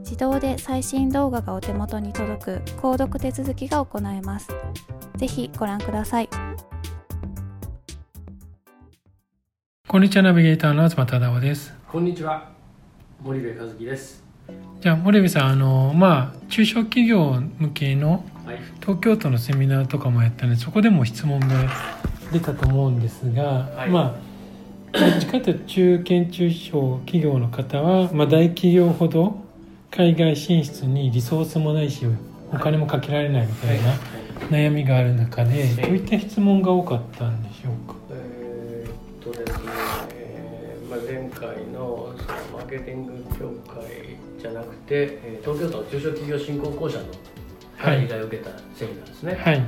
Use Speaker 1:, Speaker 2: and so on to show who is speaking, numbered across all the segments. Speaker 1: 自動で最新動画がお手元に届く購読手続きが行えますぜひご覧ください
Speaker 2: こんにちはナビゲーターの東忠夫です。
Speaker 3: こんにちは森部和樹です。
Speaker 2: じゃあ森部さんあのまあ中小企業向けの
Speaker 3: はい。
Speaker 2: 東京都のセミナーとかもやったのでそこでも質問が出たと思うんですが、
Speaker 3: はい
Speaker 2: まあどっちかというと中堅中小企業の方は、まあ、大企業ほど海外進出にリソースもないしお金もかけられないみたいな悩みがある中で、
Speaker 3: い
Speaker 2: どういった質問が多かったんでしょうか
Speaker 3: えーっとですね、えーまあ前回のそのマーケティング協会じゃなくて、えー東京都の中小企業振興公社の
Speaker 2: はい
Speaker 3: 会が受けたセミナーですね。
Speaker 2: はい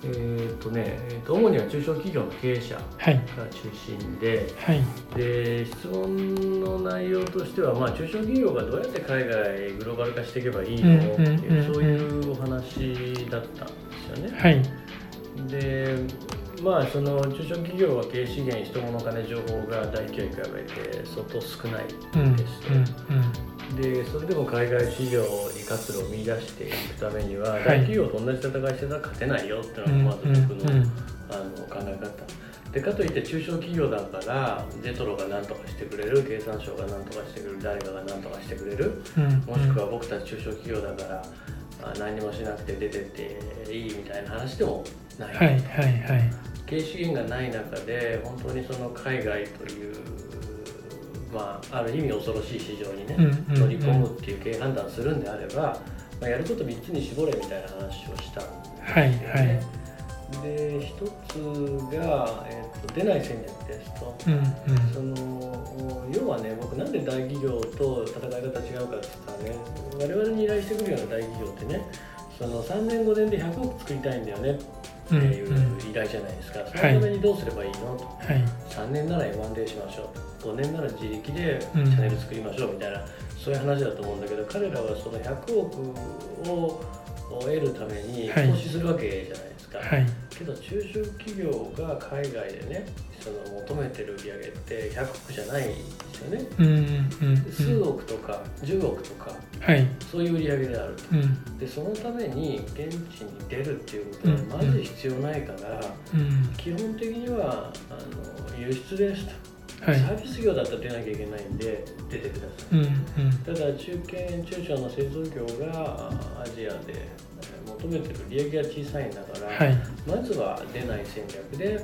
Speaker 3: えーっとね、えーっと主には中小企業の経営者が
Speaker 2: はい
Speaker 3: 中心で、
Speaker 2: はい
Speaker 3: で質問の内容としては、まあ、中小企業がどうやって海外グローバル化していけばいいのって
Speaker 2: うん
Speaker 3: い
Speaker 2: うんうんうん
Speaker 3: うそういうお話だったんですよね。
Speaker 2: はい
Speaker 3: でまあその中小企業は経営資源人物金情報が大企業に比べて相当少ない
Speaker 2: うんうん
Speaker 3: ですね、でそれでも海外市場に活路を見出していくためには、
Speaker 2: い
Speaker 3: 大企業と同じ戦いしてたら勝てないよっていう
Speaker 2: う
Speaker 3: の
Speaker 2: ん
Speaker 3: がまず僕の,、
Speaker 2: うんうん
Speaker 3: あの考え方でかといって中小企業だからジェトロが何とかしてくれる経産省が何とかしてくれる誰かが何とかしてくれる
Speaker 2: うん
Speaker 3: もしくは僕たち中小企業だから、あ何にもしなくて出てっていいみたいな話でもない、
Speaker 2: はいはいはい
Speaker 3: 経営資源がない中で本当にその海外という、まあ、ある意味恐ろしい市場にね、
Speaker 2: うんうんうん
Speaker 3: 乗り込むっていう経営判断をするんであれば、まあ、やること3つに絞れみたいな話をしたんですよね。
Speaker 2: はいはい
Speaker 3: で一つが、えっと出ない戦略ですと。
Speaker 2: うんうん
Speaker 3: その要はね僕なんで大企業と戦い方違うかって言ったらね我々に依頼してくるような大企業ってねその3年5年で100億作りたいんだよねって
Speaker 2: うん
Speaker 3: いう
Speaker 2: うん
Speaker 3: 依頼じゃないですか、その
Speaker 2: はい
Speaker 3: ためにどうすればいいの、と
Speaker 2: はい
Speaker 3: 3年なら M&A しましょう5年なら自力でチ
Speaker 2: うん
Speaker 3: ャンネル作りましょうみたいな、そういう話だと思うんだけど彼らはその100億を得るために
Speaker 2: はい
Speaker 3: 投資するわけじゃないですか、
Speaker 2: はい
Speaker 3: けど中小企業が海外でねその求めてる売り上げって100億じゃないんですよね
Speaker 2: うんうんう
Speaker 3: 数
Speaker 2: ん
Speaker 3: 億とか10億とか
Speaker 2: はい
Speaker 3: そういう売り上げである
Speaker 2: うん
Speaker 3: でそのために現地に出るっていうことは
Speaker 2: うん
Speaker 3: マジで必要ないから
Speaker 2: うん
Speaker 3: 基本的にはあの輸出ですと、
Speaker 2: は
Speaker 3: サ
Speaker 2: い
Speaker 3: ービス業だったら出なきゃいけないんで出てくだ
Speaker 2: う
Speaker 3: さい
Speaker 2: んうん
Speaker 3: ただ中堅中小の製造業があアジアでえー求めてる売り上げが小さいんだから、
Speaker 2: はい
Speaker 3: まずは出ない戦略で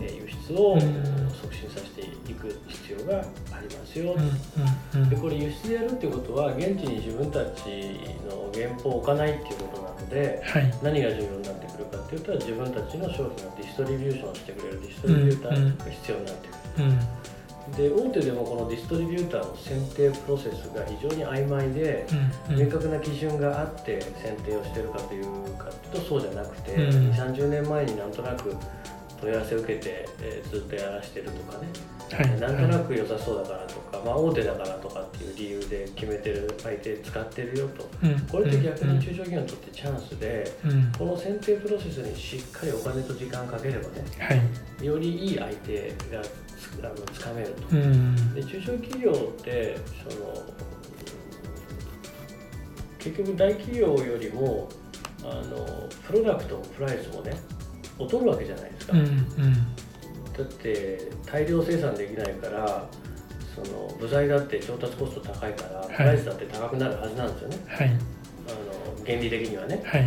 Speaker 3: えー輸出を
Speaker 2: うん
Speaker 3: 促進させていく必要がありますよ、
Speaker 2: うんうん
Speaker 3: でこれ輸出でやるってことは現地に自分たちの原本を置かないっていうことなんので
Speaker 2: はい
Speaker 3: 何が重要になってくるかっていうと自分たちの商品をディストリビューションしてくれるディストリビューターが必要になってくる。
Speaker 2: うん
Speaker 3: で大手でもこのディストリビューターの選定プロセスが非常に曖昧で、
Speaker 2: うん
Speaker 3: 明確な基準があって選定をしてるかというかというとそうじゃなくて、
Speaker 2: うん
Speaker 3: 30年前になんとなく問い合わせを受けて、えーずっとやらしてるとかね、
Speaker 2: はい
Speaker 3: なんとなく良さそうだからとか、まあ、大手だからとかっていう理由で決めてる相手使ってるよと
Speaker 2: うん
Speaker 3: これって逆に中小企業にとってチャンスで、
Speaker 2: うんうん
Speaker 3: この選定プロセスにしっかりお金と時間かければね
Speaker 2: はい
Speaker 3: よりいい相手がつあのつかめると。
Speaker 2: うん
Speaker 3: で中小企業ってその結局大企業よりもあのプロダクトもプライスもね劣るわけじゃないですか、
Speaker 2: うんう
Speaker 3: だ
Speaker 2: ん
Speaker 3: って大量生産できないからその部材だって調達コスト高いから
Speaker 2: い
Speaker 3: プライスだって高くなるはずなんですよね、
Speaker 2: はい
Speaker 3: あの原理的にはね
Speaker 2: はい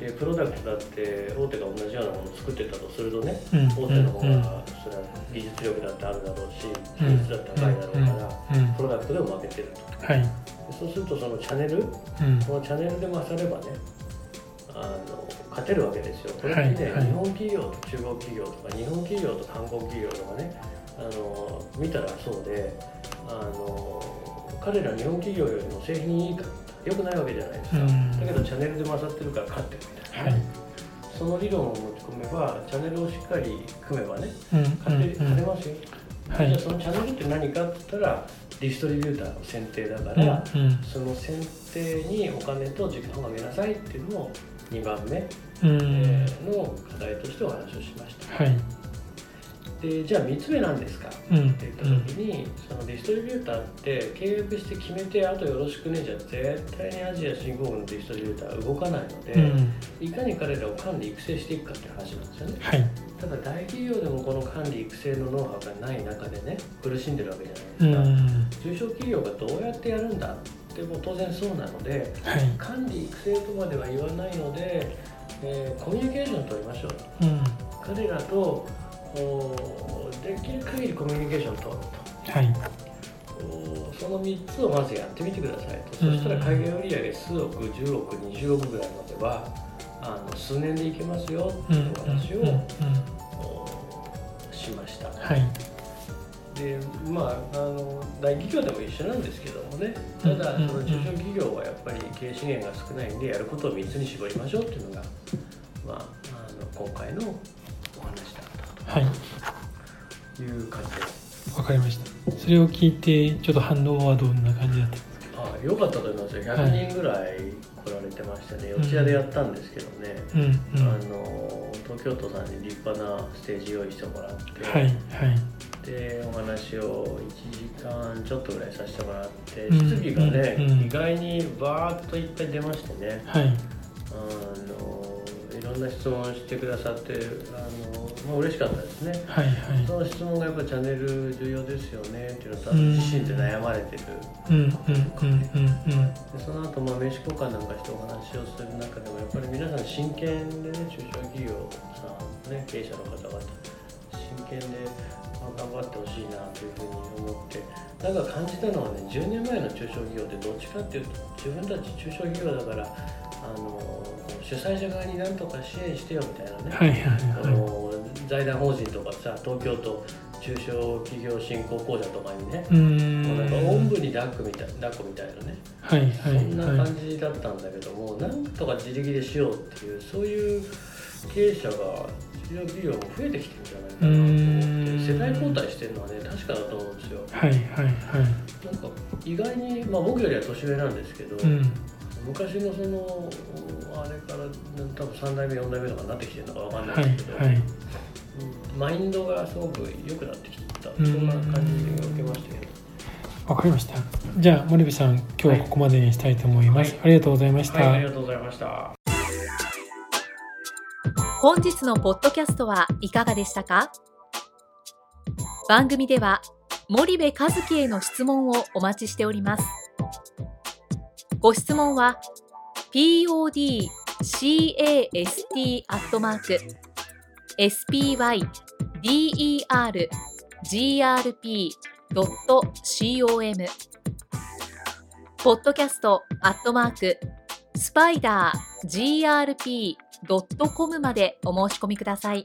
Speaker 3: でプロダクトだって大手が同じようなものを作ってたとするとね
Speaker 2: うん
Speaker 3: 大
Speaker 2: う
Speaker 3: 手
Speaker 2: ん
Speaker 3: の方がそれは技術力だってあるだろうし品質だって高いだろうから、
Speaker 2: うんうん
Speaker 3: プロダクトでも負けてると
Speaker 2: はい
Speaker 3: そうするとそのチャンネル
Speaker 2: うん
Speaker 3: このチャンネルで勝ればねあの勝てるわけですよこれって
Speaker 2: は
Speaker 3: ね、
Speaker 2: いはい
Speaker 3: 日本企業と中国企業とか日本企業と韓国企業とかねあの見たらそうであの彼ら日本企業よりも製品いいから良くないわけじゃないですか、
Speaker 2: うん
Speaker 3: だけどチャンネルで勝ってるから勝ってるみたい
Speaker 2: は
Speaker 3: な、
Speaker 2: い
Speaker 3: その理論を持ち込めばチャンネルをしっかり組めばね
Speaker 2: うん
Speaker 3: 勝て,、
Speaker 2: うん
Speaker 3: 勝てますよ、
Speaker 2: は
Speaker 3: じゃあ
Speaker 2: い
Speaker 3: そのチャンネルって何かって言ったらディストリビューターの選定だか
Speaker 2: う
Speaker 3: ら、
Speaker 2: んうん
Speaker 3: その選定にお金と時間をかけなさいっていうのを2番目、
Speaker 2: うん
Speaker 3: えーの課題としてお話をしました
Speaker 2: はい
Speaker 3: でじゃあ3つ目なんですかっ
Speaker 2: うんうん
Speaker 3: て言った時に、そのディストリビューターって契約して決めてあとよろしくねじゃ絶対にアジア新興国のディストリビューターは動かないので、
Speaker 2: うん
Speaker 3: いかに彼らを管理育成していくかっていう話なんですよね
Speaker 2: はい
Speaker 3: ただ大企業でもこの管理育成のノウハウがない中でね苦しんでるわけじゃ
Speaker 2: う
Speaker 3: ないですか、
Speaker 2: ん
Speaker 3: 中小企業がどうやってやるんだってもう当然そうなので、
Speaker 2: はい
Speaker 3: 管理育成とまでは言わないので、えーコミュニケーション取りましょう
Speaker 2: うん
Speaker 3: 彼らとおーできる限りコミュニケーション取る
Speaker 2: はい
Speaker 3: とおーその3つをまずやってみてくださいと、
Speaker 2: うん
Speaker 3: そしたら海外売上数億10億20億ぐらいまではあの数年でいけますよって
Speaker 2: うん
Speaker 3: いうお話を、
Speaker 2: うんうん
Speaker 3: おーしました
Speaker 2: はい
Speaker 3: でまああの大企業でも一緒なんですけどもねただ
Speaker 2: う
Speaker 3: そ
Speaker 2: ん
Speaker 3: の中小企業はやっぱり経営資源が少ないんでやることを3つに絞りましょうっていうのが、まあ、あの今回のお話だっ
Speaker 2: はい
Speaker 3: たという感じです
Speaker 2: わかりましたそれを聞いてちょっと反応はどんな感じだった
Speaker 3: ああよかったと思いますよ100人ぐらい来られてましたね、
Speaker 2: うん
Speaker 3: 四谷でやったんですけどね、
Speaker 2: うんうん
Speaker 3: あの東京都さんに立派なステージ用意してもらって、
Speaker 2: はいはい
Speaker 3: でお話を1時間ちょっとぐらいさせてもらって、
Speaker 2: うん
Speaker 3: 質疑がね、
Speaker 2: うん
Speaker 3: 意外にバーッといっぱい出ましてね
Speaker 2: はい
Speaker 3: あのいろんな質問をしてくださってあの、まあ嬉しかったですね
Speaker 2: はいは
Speaker 3: その質問がやっぱチャンネル重要ですよねっていうのとあと
Speaker 2: うん
Speaker 3: 自身で悩まれてる
Speaker 2: いうんうんうんうんうん
Speaker 3: でその後まあ名刺交換なんかしてお話をする中でもやっぱり皆さん真剣でね中小企業さんね経営者の方々真剣でまあ頑張ってほしいなというふうに思ってなんか感じたのはね10年前の中小企業ってどっちかっていうと自分たち中小企業だからあの主催者側になんとか支援してよみたいなね、
Speaker 2: はいはい
Speaker 3: あ
Speaker 2: はい
Speaker 3: の財団法人とかさ東京都中小企業振興講座とかにね、
Speaker 2: うーん
Speaker 3: もうなんかおんぶに抱っこみたい抱っこみたいなね
Speaker 2: はいはい
Speaker 3: そんな
Speaker 2: は
Speaker 3: 感じだったんだけども、なんとか自力でしようっていうそういう経営者が中小企業も増えてきてるんじゃないかなと思
Speaker 2: う
Speaker 3: っ
Speaker 2: ん
Speaker 3: て世代交代してるのはね確かだと思うんですよ
Speaker 2: いはいはいはい
Speaker 3: なんか意外に、まあ、僕よりは年上なんですけど、
Speaker 2: うん
Speaker 3: 昔のそのあれから多分3代目4代目とかになってきてるのかわかんな
Speaker 2: はいい
Speaker 3: ですけど、
Speaker 2: はい
Speaker 3: うんマインドがすごく良くなってきたそ
Speaker 2: うん
Speaker 3: んな感じを受けましたけど
Speaker 2: わかりましたじゃあ森部さん今日はここまでにしたいと思います、
Speaker 3: はい
Speaker 2: ありがとうございました、
Speaker 3: はいありがとうございました
Speaker 4: 本日のポッドキャストはいかがでしたか番組では森部和樹への質問をお待ちしておりますご質問は podcast アットマーク spydergrp.com ポッドキャストアットマークスパイダー grp.com までお申し込みください。